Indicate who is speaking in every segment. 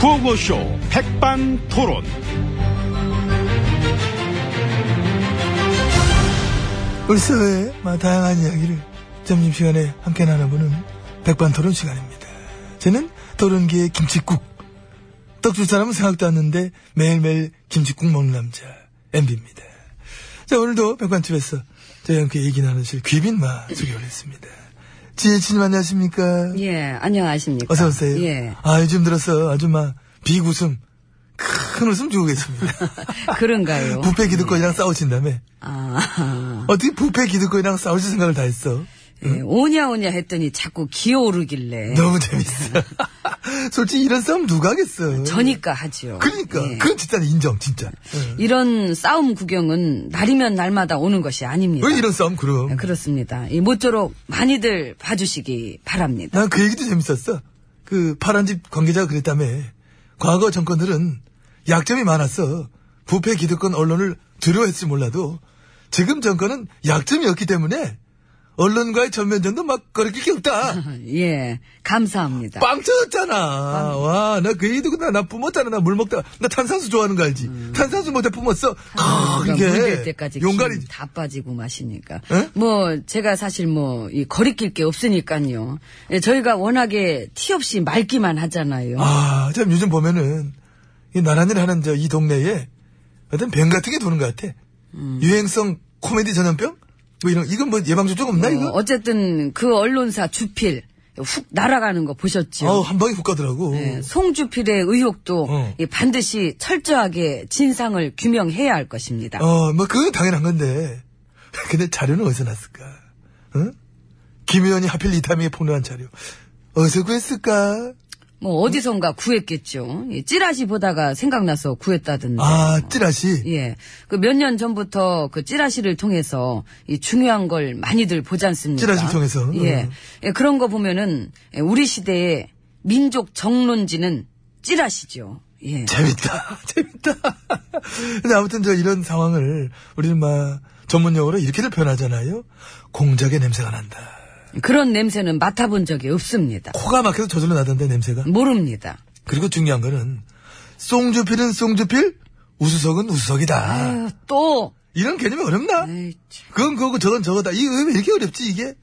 Speaker 1: 구호고쇼 백반토론.
Speaker 2: 우리 사회의 다양한 이야기를 점심시간에 함께 나눠보는 백반토론 시간입니다. 저는 토론계의 김치국. 떡 줄 사람은 생각도 않는데 매일매일 김치국 먹는 남자 MB입니다. 자 오늘도 백반집에서 저희와 함께 얘기 나누실 귀빈마 소개를 했습니다. 지혜진님 안녕하십니까?
Speaker 3: 예, 안녕하십니까.
Speaker 2: 어서 오세요.
Speaker 3: 예.
Speaker 2: 아 요즘 들어서 아주 막 비웃음 큰 웃음 주고 계십니다.
Speaker 3: 그런가요?
Speaker 2: 부패 기득권이랑 싸우신 다음에
Speaker 3: 아,
Speaker 2: 어떻게 부패 기득권이랑 싸우실 생각을 다 했어?
Speaker 3: 예, 오냐 오냐 했더니 자꾸 기어오르길래.
Speaker 2: 너무 재밌어. 솔직히 이런 싸움 누가 하겠어?
Speaker 3: 저니까 하지요.
Speaker 2: 그러니까
Speaker 3: 예.
Speaker 2: 그건 진짜 인정 진짜.
Speaker 3: 네.
Speaker 2: 응.
Speaker 3: 이런 싸움 구경은 날이면 날마다 오는 것이 아닙니다.
Speaker 2: 왜 이런 싸움 그럼?
Speaker 3: 예, 그렇습니다. 이 모쪼록 많이들 봐주시기 바랍니다.
Speaker 2: 난 그 얘기도 재밌었어. 그 파란집 관계자가 그랬다며. 과거 정권들은 약점이 많았어. 부패 기득권 언론을 두려워했을지 몰라도 지금 정권은 약점이 없기 때문에 언론과의 전면전도 막 거리낄 게 없다.
Speaker 3: 예, 감사합니다.
Speaker 2: 빵 터졌잖아. 와, 나 그 얘기 듣고 나, 나 뿜었잖아. 나 물 먹다가. 나 탄산수 좋아하는 거 알지? 탄산수 못해 뿜었어. 아,
Speaker 3: 그러니까 음. 물될
Speaker 2: 이게.
Speaker 3: 때까지
Speaker 2: 용가리지. 예?
Speaker 3: 기운이 다 빠지고 마시니까.
Speaker 2: 에?
Speaker 3: 뭐 제가 사실 뭐이 거리낄 게 없으니까요. 예, 저희가 워낙에 티 없이 맑기만 하잖아요.
Speaker 2: 아, 참 요즘 보면은 이 나란히를 하는 저 이 동네에 어떤 병 같은 게 도는 것 같아.
Speaker 3: 음.
Speaker 2: 유행성 코미디 전염병? 뭐 이런 이건 뭐 예방 접종 없나 이거?
Speaker 3: 어, 쨌든그 언론사 주필 훅 날아가는 거 보셨죠?
Speaker 2: 아우 한 방에 훅 가더라고.
Speaker 3: 예, 송주필의 의혹도
Speaker 2: 어.
Speaker 3: 이 반드시 철저하게 진상을 규명해야 할 것입니다.
Speaker 2: 어, 뭐 그건 당연한 건데. 근데 자료는 어디서 났을까? 응? 김 의원이 하필 이타미에 폭로한 자료 어디서 구했을까?
Speaker 3: 뭐 어디선가 구했겠죠. 이 찌라시 보다가 생각나서 구했다던데.
Speaker 2: 아, 찌라시.
Speaker 3: 예. 그 몇 년 전부터 그 찌라시를 통해서 이 중요한 걸 많이들 보지 않습니까?
Speaker 2: 찌라시를 통해서?
Speaker 3: 예.
Speaker 2: 음.
Speaker 3: 예, 그런 거 보면은 예, 우리 시대의 민족 정론지는 찌라시죠. 예.
Speaker 2: 재밌다. 재밌다. 근데 아무튼 저 이런 상황을 우리는 막 전문 용어로 이렇게들 표현하잖아요. 공작의 냄새가 난다.
Speaker 3: 그런 냄새는 맡아본 적이 없습니다.
Speaker 2: 코가 막혀서 저절로 나던데 냄새가.
Speaker 3: 모릅니다.
Speaker 2: 그리고 중요한 거는 송주필은 송주필, 우수석은 우수석이다.
Speaker 3: 아유, 또
Speaker 2: 이런 개념이 어렵나?
Speaker 3: 에이, 참.
Speaker 2: 그건 그거고 저건 저거다. 이게 왜 이렇게 어렵지 이게?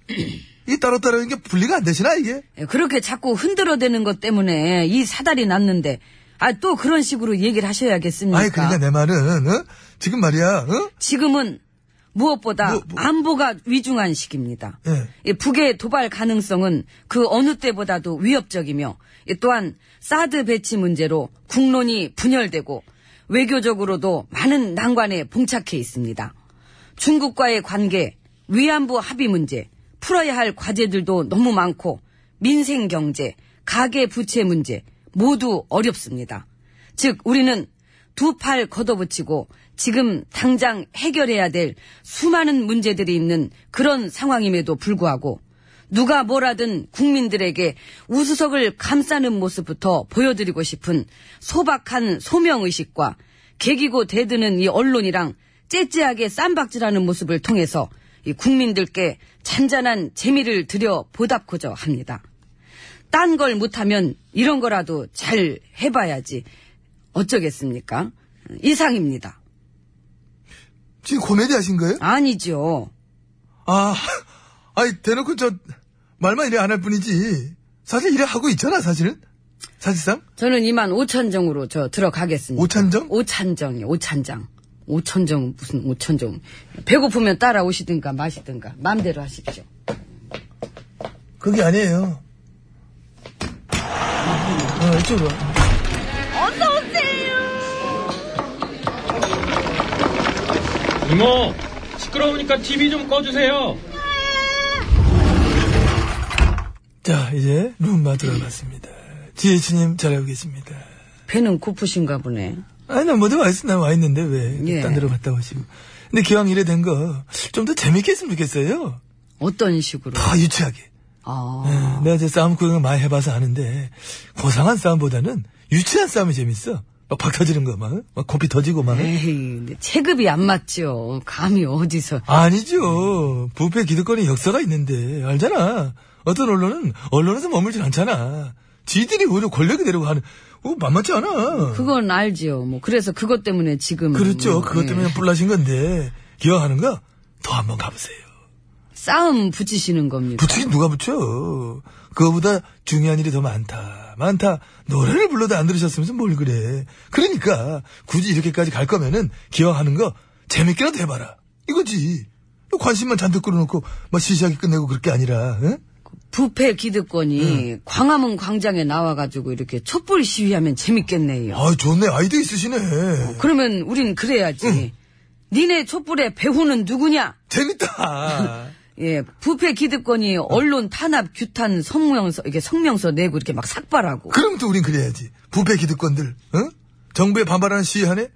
Speaker 2: 이 따로따로 이게 분리가 안 되시나 이게?
Speaker 3: 예, 그렇게 자꾸 흔들어대는 것 때문에 이 사달이 났는데 아 또 그런 식으로 얘기를 하셔야겠습니까?
Speaker 2: 아니 그러니까 내 말은 어? 지금 말이야 어?
Speaker 3: 지금은 무엇보다
Speaker 2: 뭐, 뭐.
Speaker 3: 안보가 위중한 시기입니다.
Speaker 2: 예.
Speaker 3: 이 북의 도발 가능성은 그 어느 때보다도 위협적이며 이 또한 사드 배치 문제로 국론이 분열되고 외교적으로도 많은 난관에 봉착해 있습니다. 중국과의 관계, 위안부 합의 문제, 풀어야 할 과제들도 너무 많고 민생 경제, 가계 부채 문제 모두 어렵습니다. 즉 우리는 두 팔 걷어붙이고 지금 당장 해결해야 될 수많은 문제들이 있는 그런 상황임에도 불구하고 누가 뭐라든 국민들에게 우수석을 감싸는 모습부터 보여드리고 싶은 소박한 소명의식과 개기고 대드는 이 언론이랑 째째하게 쌈박질하는 모습을 통해서 이 국민들께 잔잔한 재미를 들여 보답고자 합니다. 딴 걸 못하면 이런 거라도 잘 해봐야지 어쩌겠습니까? 이상입니다.
Speaker 2: 지금 코미디 하신 거예요?
Speaker 3: 아니죠.
Speaker 2: 아, 아니, 대놓고 저, 말만 이래 안 할 뿐이지. 사실 이래 하고 있잖아, 사실은. 사실상.
Speaker 3: 저는 이만 오천정으로 저 들어가겠습니다.
Speaker 2: 오찬정?
Speaker 3: 오찬정이요, 오찬장. 오천정, 무슨 오천정. 배고프면 따라오시든가 마시든가, 마음대로 하십시오.
Speaker 2: 그게 아니에요. 어, 이쪽으로. 와.
Speaker 4: 이모, 시끄러우니까 TV 좀 꺼주세요.
Speaker 2: 자, 이제 룸마 들어갔습니다. 지혜치님 잘하고 계십니다.
Speaker 3: 배는 고프신가 보네.
Speaker 2: 아니, 나 뭐든 와, 있, 나와 있는데 왜.
Speaker 3: 예.
Speaker 2: 딴 데로 갔다 오시고. 근데 기왕 이래 된 거, 좀 더 재밌게 했으면 좋겠어요.
Speaker 3: 어떤 식으로.
Speaker 2: 더 유치하게.
Speaker 3: 아,
Speaker 2: 내가 이제 싸움 구경을 많이 해봐서 아는데, 고상한 싸움보다는 유치한 싸움이 재밌어. 막 박 터지는 거, 막, 막 코피 터지고, 막.
Speaker 3: 에이, 근데 체급이 안 맞죠. 감이 어디서.
Speaker 2: 아니죠. 부패 기득권의 역사가 있는데 알잖아. 어떤 언론은 언론에서 머물진 않잖아. 지들이 오히려 권력이 되려고 하는, 어, 만만치 않아.
Speaker 3: 그건 알지요. 뭐 그래서 그것 때문에 지금
Speaker 2: 그렇죠.
Speaker 3: 뭐,
Speaker 2: 그것
Speaker 3: 예.
Speaker 2: 때문에 뿔나신 건데, 기왕하는 거, 더 한번 가보세요.
Speaker 3: 음. 싸움 붙이시는 겁니다.
Speaker 2: 붙이긴 누가 붙여. 그거보다 중요한 일이 더 많다. 많다. 노래를 불러도 안 들으셨으면서 뭘 그래. 그러니까, 굳이 이렇게까지 갈 거면은, 기왕하는 거, 재밌게라도 해봐라. 이거지. 관심만 잔뜩 끌어놓고, 막 시시하게 끝내고 그럴 게 아니라, 응?
Speaker 3: 부패 기득권이 광화문 광장에 나와가지고 이렇게 촛불 시위하면 재밌겠네요.
Speaker 2: 아 좋네. 아이디어 있으시네.
Speaker 3: 그러면 우린 그래야지.
Speaker 2: 음.
Speaker 3: 니네 촛불의 배후는 누구냐?
Speaker 2: 재밌다.
Speaker 3: 예, 부패
Speaker 2: 어.
Speaker 3: 기득권이 언론 탄압 규탄 성명서 이게 성명서 내고 이렇게 막 삭발하고
Speaker 2: 그럼 또 우린 그래야지. 부패 기득권들, 응? 정부에 반발하는 시위하네?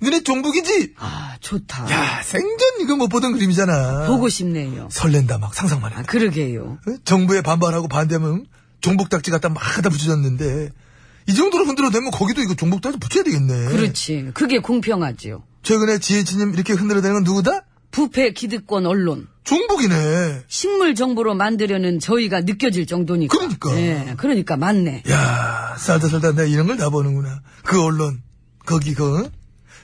Speaker 2: 너네 종북이지?
Speaker 3: 아 좋다.
Speaker 2: 야, 생전 이거 못 보던 그림이잖아.
Speaker 3: 보고 싶네요.
Speaker 2: 설렌다, 막 상상만
Speaker 3: 아
Speaker 2: 해도.
Speaker 3: 그러게요.
Speaker 2: 응? 정부에 반발하고 반대하면 종북딱지 갖다 막 갖다 붙여줬는데, 이 정도로 흔들어 대면 거기도 이거 종북딱지 붙여야 되겠네.
Speaker 3: 그렇지. 그게 공평하지요.
Speaker 2: 최근에 지혜진님 이렇게 흔들어 대는 건 누구다?
Speaker 3: 부패 기득권 언론.
Speaker 2: 종북이네.
Speaker 3: 식물 정보로 만들려는 저희가 느껴질 정도니까.
Speaker 2: 그러니까.
Speaker 3: 예, 그러니까 맞네.
Speaker 2: 야, 살다 살다 내가 이런 걸 다 보는구나. 그 언론, 거기 그 응?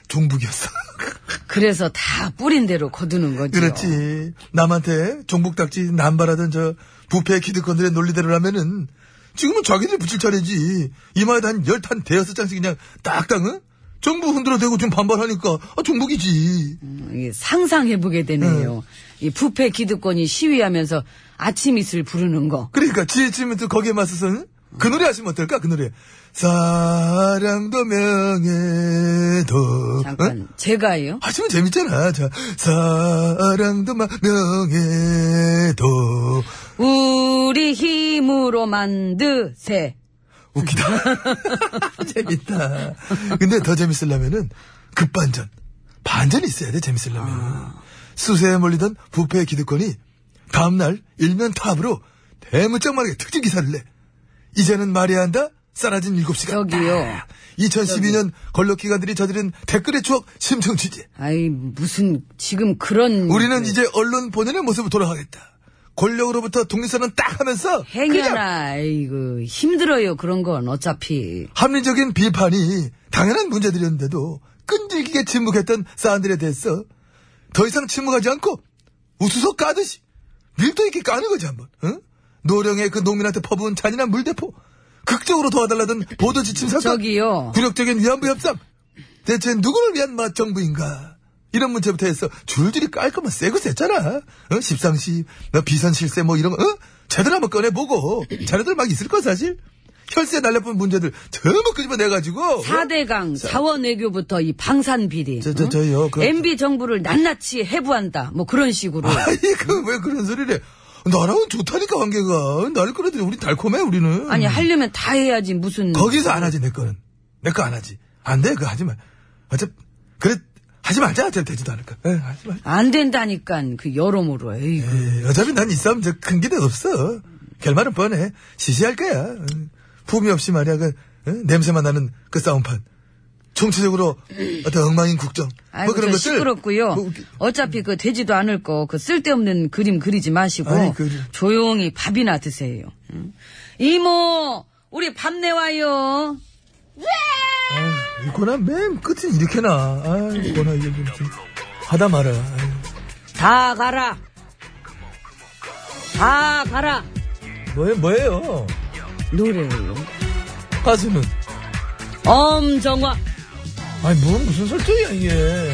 Speaker 2: 종북이었어.
Speaker 3: 그래서 다 뿌린 대로 거두는 거죠.
Speaker 2: 그렇지. 남한테 종북딱지 남발하던 저 부패 기득권들의 논리대로라면은 지금은 자기들이 붙일 차례지. 이마에도 한 열탄 대여섯 장씩 그냥 딱딱, 응? 정부 흔들어 대고 지금 반발하니까, 아, 종북이지.
Speaker 3: 이게 상상해보게 되네요. 이 부패 기득권이 시위하면서 아침 이슬 부르는 거.
Speaker 2: 그러니까 지혜쯤은 또 거기에 맞서서, 응? 그 노래 하시면 어떨까, 그 노래. 사랑도 명예도. 응?
Speaker 3: 잠깐, 제가요?
Speaker 2: 하시면 재밌잖아. 자, 사랑도 막 명예도.
Speaker 3: 우리 힘으로 만드세.
Speaker 2: 웃기다. 재밌다. 근데 더 재밌으려면은 급반전. 반전이 있어야 돼, 재밌으려면.
Speaker 3: 아.
Speaker 2: 수세에 몰리던 부패의 기득권이 다음날 일면 탑으로 대문짝만하게 특집 기사를 내. 이제는 말해야 한다? 사라진 일곱 시간. 아,
Speaker 3: 저기요.
Speaker 2: 2012년 권력기관들이 저지른 댓글의 추억 심층 취재.
Speaker 3: 아이, 무슨, 지금 그런.
Speaker 2: 우리는 이제 언론 본연의 모습으로 돌아가겠다. 권력으로부터 독립선언 딱 하면서 그냥
Speaker 3: 행여나, 아이고, 힘들어요, 그런 건, 어차피.
Speaker 2: 합리적인 비판이 당연한 문제들이었는데도 끈질기게 침묵했던 사안들에 대해서 더 이상 침묵하지 않고 우수석 까듯이 밀도 있게 까는 거지 한번. 응? 노령의 그 농민한테 퍼부은 잔인한 물대포. 극적으로 도와달라던 보도 지침 사건.
Speaker 3: 저기요.
Speaker 2: 굴욕적인 위안부 협상. 대체 누구를 위한 맞정부인가? 이런 문제부터 해서 줄줄이 깔끔한 세고 셌잖아. 어? 십상시, 뭐 비선실세 뭐 이런 거, 어? 제대로 한번 꺼내보고. 자료들 막 있을 거 사실. 혈세 날려본 문제들 전부 끄집어내가지고.
Speaker 3: 4대강 자원 외교부터 이 방산 비리.
Speaker 2: 저, 저,
Speaker 3: 응?
Speaker 2: 저요, 그-
Speaker 3: MB 정부를 낱낱이 해부한다. 뭐 그런 식으로.
Speaker 2: 어? 아니, 그왜 그런 소리래. 나랑은 좋다니까 관계가. 나를 끌어들여. 우리 달콤해, 우리는.
Speaker 3: 아니 하려면 다 해야지 무슨
Speaker 2: 거기서 안 하지, 내 거는. 내 거 안 하지. 안 돼, 그거 하지 마. 어차 그래, 하지 말자. 어차피 되지도 않을 까 하지 마.
Speaker 3: 안 된다니까 그 여러모로 에이구.
Speaker 2: 에이, 예, 어차피 난 이 싸움 저 큰 기대 없어. 결말은 뻔해. 시시할 거야. 어, 품이 없이 말이야. 그 어? 냄새만 나는 그 싸움판. 총체적으로 어떤 엉망인 국정. 뭐
Speaker 3: 아이고
Speaker 2: 그런
Speaker 3: 저
Speaker 2: 것들.
Speaker 3: 시끄럽고요.
Speaker 2: 뭐 웃기-
Speaker 3: 어차피 그 되지도 않을 거 그 쓸데없는 그림 그리지 마시고
Speaker 2: 아이, 그래.
Speaker 3: 조용히 밥이나 드세요. 응? 이모 우리 밥 내와요.
Speaker 2: 어, 아이, 이거나 맨 끝은 이렇게 나. 아, 이거나 이게 좀 하다 말아. 아이.
Speaker 3: 다 가라. 다 가라.
Speaker 2: 뭐예 뭐예요?
Speaker 3: 노래요.
Speaker 2: 가수는.
Speaker 3: 엄정화.
Speaker 2: 아니 뭐 무슨 설정이야 이게.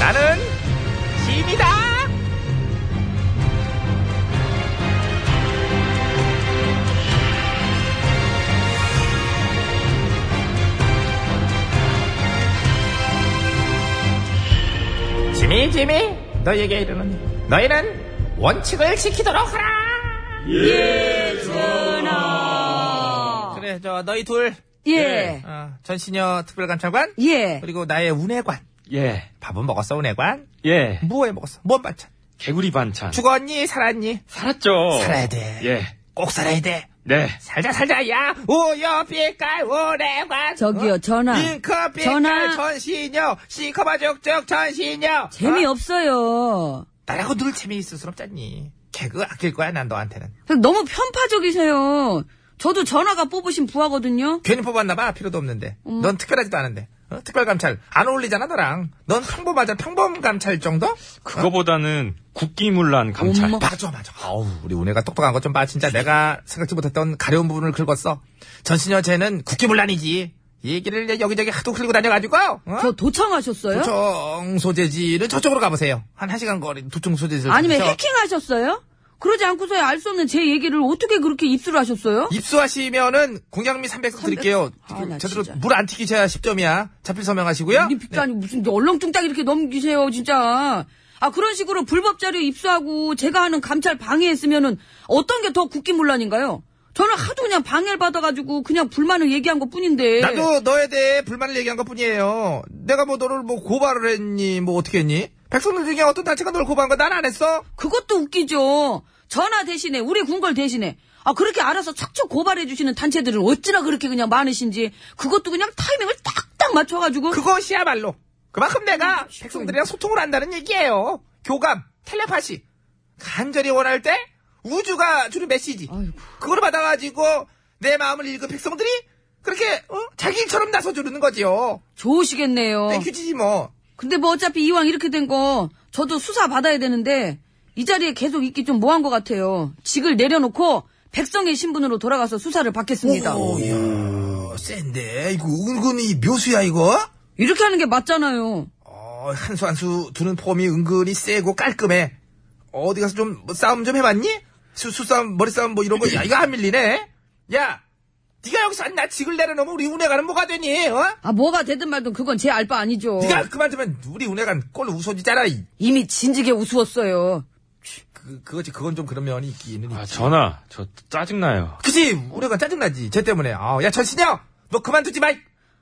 Speaker 5: 나는 짐이다. 짐이 짐이 너희에게 이르노니 너희는 원칙을 지키도록 하라. 그래 저 너희 둘
Speaker 3: 예.
Speaker 5: 어, 전신여 특별감찰관
Speaker 3: 예.
Speaker 5: 그리고 나의 운해관
Speaker 6: 예,
Speaker 5: 밥은 먹었어 운해관
Speaker 6: 예.
Speaker 5: 무엇에 먹었어 뭔 반찬
Speaker 6: 개구리 반찬.
Speaker 5: 죽었니 살았니
Speaker 6: 살았죠.
Speaker 5: 살아야 돼.
Speaker 6: 예.
Speaker 5: 꼭 살아야 돼.
Speaker 6: 네.
Speaker 5: 살자 살자 야 우여 빛깔 우레관 어?
Speaker 3: 저기요, 전화.
Speaker 5: 잉커 빛깔
Speaker 3: 네, 전화.
Speaker 5: 전신여 시커마족족 전신여 어?
Speaker 3: 재미없어요.
Speaker 5: 나라고 늘 재미있을수럽잖니 개그 아낄 거야 난 너한테는
Speaker 3: 너무 편파적이세요. 저도 전화가 뽑으신 부하거든요.
Speaker 5: 괜히 뽑았나봐 필요도 없는데
Speaker 3: 음.
Speaker 5: 넌 특별하지도 않은데 어? 특별감찰 안 어울리잖아 너랑 넌 평범하자 평범감찰 정도?
Speaker 6: 그거보다는 국기문란 감찰.
Speaker 3: 엄마.
Speaker 5: 맞아 맞아 아우 우리 운해가 똑똑한 것 좀 봐 진짜 내가 생각지 못했던 가려운 부분을 긁었어 전신여 쟤는 국기문란이지 얘기를 이제 여기저기 하도 흘리고 다녀가지고 어?
Speaker 3: 저 도청하셨어요?
Speaker 5: 도청 소재지를 저쪽으로 가보세요. 한 1시간 거리 도청 소재지를.
Speaker 3: 아니면
Speaker 5: 저-
Speaker 3: 해킹하셨어요? 그러지 않고서야 알 수 없는 제 얘기를 어떻게 그렇게 입수를 하셨어요?
Speaker 5: 입수하시면은 공양미 300석 드릴게요.
Speaker 3: 아, 나
Speaker 5: 제대로
Speaker 3: 진짜.
Speaker 5: 물 안 튀기셔야 10점이야. 자필 서명하시고요.
Speaker 3: 이 빚도 아니고 무슨 얼렁뚱땅 이렇게 넘기세요, 진짜. 아, 그런 식으로 불법 자료 입수하고 제가 하는 감찰 방해했으면은 어떤 게 더 국기문란인가요? 저는 하도 그냥 방해를 받아가지고 그냥 불만을 얘기한 것 뿐인데.
Speaker 5: 나도 너에 대해 불만을 얘기한 것 뿐이에요. 내가 뭐 너를 뭐 고발을 했니, 뭐 어떻게 했니? 백성들 중에 어떤 단체가 널 고발한 거 난 안 했어?
Speaker 3: 그것도 웃기죠. 전화 대신에, 우리 궁궐 대신에. 아, 그렇게 알아서 척척 고발해주시는 단체들은 어찌나 그렇게 그냥 많으신지. 그것도 그냥 타이밍을 딱딱 맞춰가지고.
Speaker 5: 그것이야말로. 그만큼 내가 백성들이랑 소통을 한다는 얘기예요. 교감, 텔레파시. 간절히 원할 때 우주가 주는 메시지. 그걸 받아가지고 내 마음을 읽은 백성들이 그렇게 어? 자기 일처럼 나서주는 거지요.
Speaker 3: 어. 좋으시겠네요.
Speaker 5: 땡큐지지 뭐.
Speaker 3: 근데 뭐 어차피 이왕 이렇게 된 거 저도 수사 받아야 되는데 이 자리에 계속 있기 좀 뭐한 것 같아요. 직을 내려놓고 백성의 신분으로 돌아가서 수사를 받겠습니다.
Speaker 5: 오야 센데 이거 은근히 묘수야 이거.
Speaker 3: 이렇게 하는 게 맞잖아요.
Speaker 5: 어, 한 수 한 수 두는 폼이 은근히 세고 깔끔해. 어디 가서 좀뭐 싸움 좀 해봤니? 수, 수싸움, 머리싸움 뭐 이런 거, 야, 이거 안 밀리네? 야, 네가 여기서 나 직을 내려놓으면 우리 운해가는 뭐가 되니? 어?
Speaker 3: 아 뭐가 되든 말든 그건 제 알 바 아니죠.
Speaker 7: 어.
Speaker 5: 네가 그만 두면 우리 운해간 꼴로 웃어지잖아. 이.
Speaker 3: 이미 진지게 우스웠어요.
Speaker 5: 그, 그거지, 그건 좀 그런 면이 있기는
Speaker 6: 아,
Speaker 5: 있지.
Speaker 6: 전화. 저 짜증나요.
Speaker 5: 그치, 운해간 짜증나지. 쟤 때문에. 아, 야, 전신여! 너 그만두지 마! 이.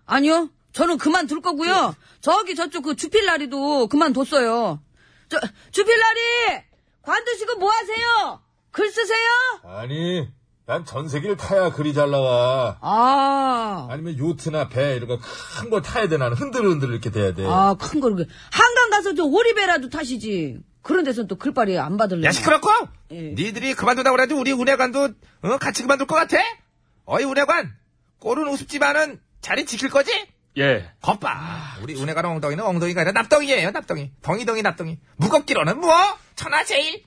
Speaker 3: 아니요, 저는 그만둘 거고요. 저기 저쪽 그 주필라리도 그만뒀어요. 저 주필라리 관두시고 뭐 하세요? 글 쓰세요?
Speaker 7: 아니, 난 전세기를 타야 글이 잘 나와.
Speaker 3: 아,
Speaker 7: 아니면 요트나 배 이런 거 큰 걸 타야 돼 나는 흔들흔들 이렇게 돼야
Speaker 5: 예.
Speaker 7: 돼.
Speaker 3: 아, 큰 걸, 그 한강 가서 저 오리배라도 타시지. 그런 데선 또 글빨이 안 받을래.
Speaker 5: 야, 시끄럽고!
Speaker 3: 예.
Speaker 5: 니들이 그만두다고 그래도 우리 운해관도, 어, 같이 그만둘 것 같아? 어이, 운해관! 꼴은 우습지만은 자리 지킬 거지?
Speaker 6: 예.
Speaker 3: 아,
Speaker 5: 겉봐. 우리 은혜가는 엉덩이는 엉덩이가 아니라 납덩이예요, 납덩이. 덩이덩이 납덩이. 무겁기로는 뭐? 천하제일.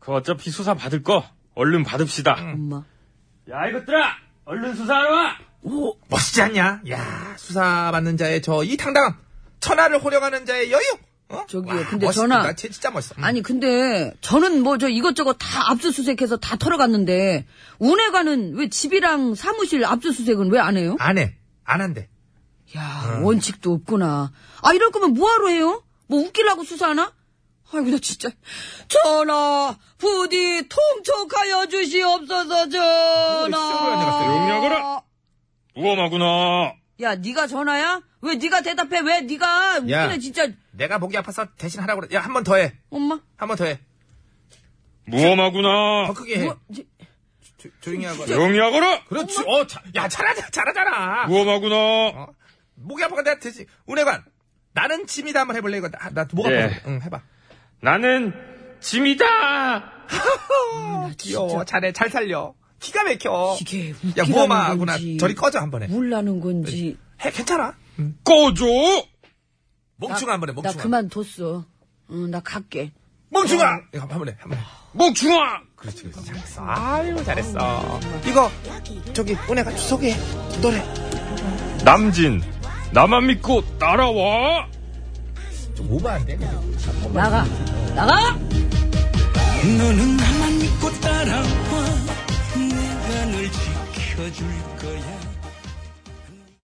Speaker 6: 그 어차피 수사 받을 거 얼른 받읍시다.
Speaker 3: 엄마.
Speaker 6: 야, 이것들아! 얼른 수사하러 와!
Speaker 5: 오, 멋있지 않냐? 야, 수사받는 자의 저 이 당당함. 천하를 호령하는 자의 여유. 어?
Speaker 3: 저기요,
Speaker 5: 와,
Speaker 3: 근데
Speaker 5: 멋있다.
Speaker 3: 전하.
Speaker 5: 쟤 진짜 멋있어. 음.
Speaker 3: 아니, 근데, 저는 뭐, 저 이것저것 다 압수수색해서 다 털어갔는데, 운해가는 왜 집이랑 사무실 압수수색은 왜 안 해요?
Speaker 5: 안 해. 안 한대.
Speaker 3: 야,
Speaker 5: 음.
Speaker 3: 원칙도 없구나. 아, 이럴 거면 뭐하러 해요? 뭐 웃기려고 수사하나? 아이고, 나 진짜. 전하, 부디 통촉하여 주시옵소서,
Speaker 5: 시끄러워, 내가
Speaker 3: 전하.
Speaker 5: 갑자기.
Speaker 6: 용역으로! 우엄하구나.
Speaker 3: 야, 네가 전화야? 왜 네가 대답해? 왜 네가 웃기네
Speaker 5: 야.
Speaker 3: 진짜
Speaker 5: 내가 목이 아파서 대신 하라고 그래. 야, 한 번 더 해.
Speaker 3: 엄마.
Speaker 5: 한 번 더 해.
Speaker 6: 무엄하구나.
Speaker 5: 더 크게 해.
Speaker 3: 뭐, 지-
Speaker 5: 조, 조용히 하고.
Speaker 6: 용역으로!
Speaker 5: 그렇지. 어, 자, 야, 잘하자, 잘하잖아.
Speaker 6: 무엄하구나.
Speaker 5: 목이 아파가 내가 대신. 은혜관. 나는 짐이다 한번 해볼래 이거 나, 나 뭐가
Speaker 6: 예.
Speaker 5: 아파. 응 해봐
Speaker 6: 나는 짐이다.
Speaker 5: 귀여워 잘해 잘 살려 기가 막혀
Speaker 3: 이게
Speaker 5: 야
Speaker 3: 웃기다는
Speaker 5: 무엄하구나
Speaker 3: 건지 뭐?
Speaker 5: 저리 꺼져 한 번에
Speaker 3: 몰라는 건지
Speaker 5: 해 괜찮아
Speaker 6: 꺼줘.
Speaker 5: 멍충아 한 번에
Speaker 3: 나
Speaker 5: 멍충아
Speaker 3: 그만뒀어. 어. 응, 나 갈게.
Speaker 5: 멍충아 이거 한 번에 한 번에
Speaker 6: 목중아.
Speaker 5: 그렇지 그렇지 잘했어 아유 잘했어 이거 저기 은혜가 소개해 노래
Speaker 6: 남진 나만 믿고 따라와.
Speaker 5: 좀 오버한데
Speaker 3: 나가. 나가!
Speaker 8: 너는 나만 믿고 따라와 내가 널 지켜줄 거야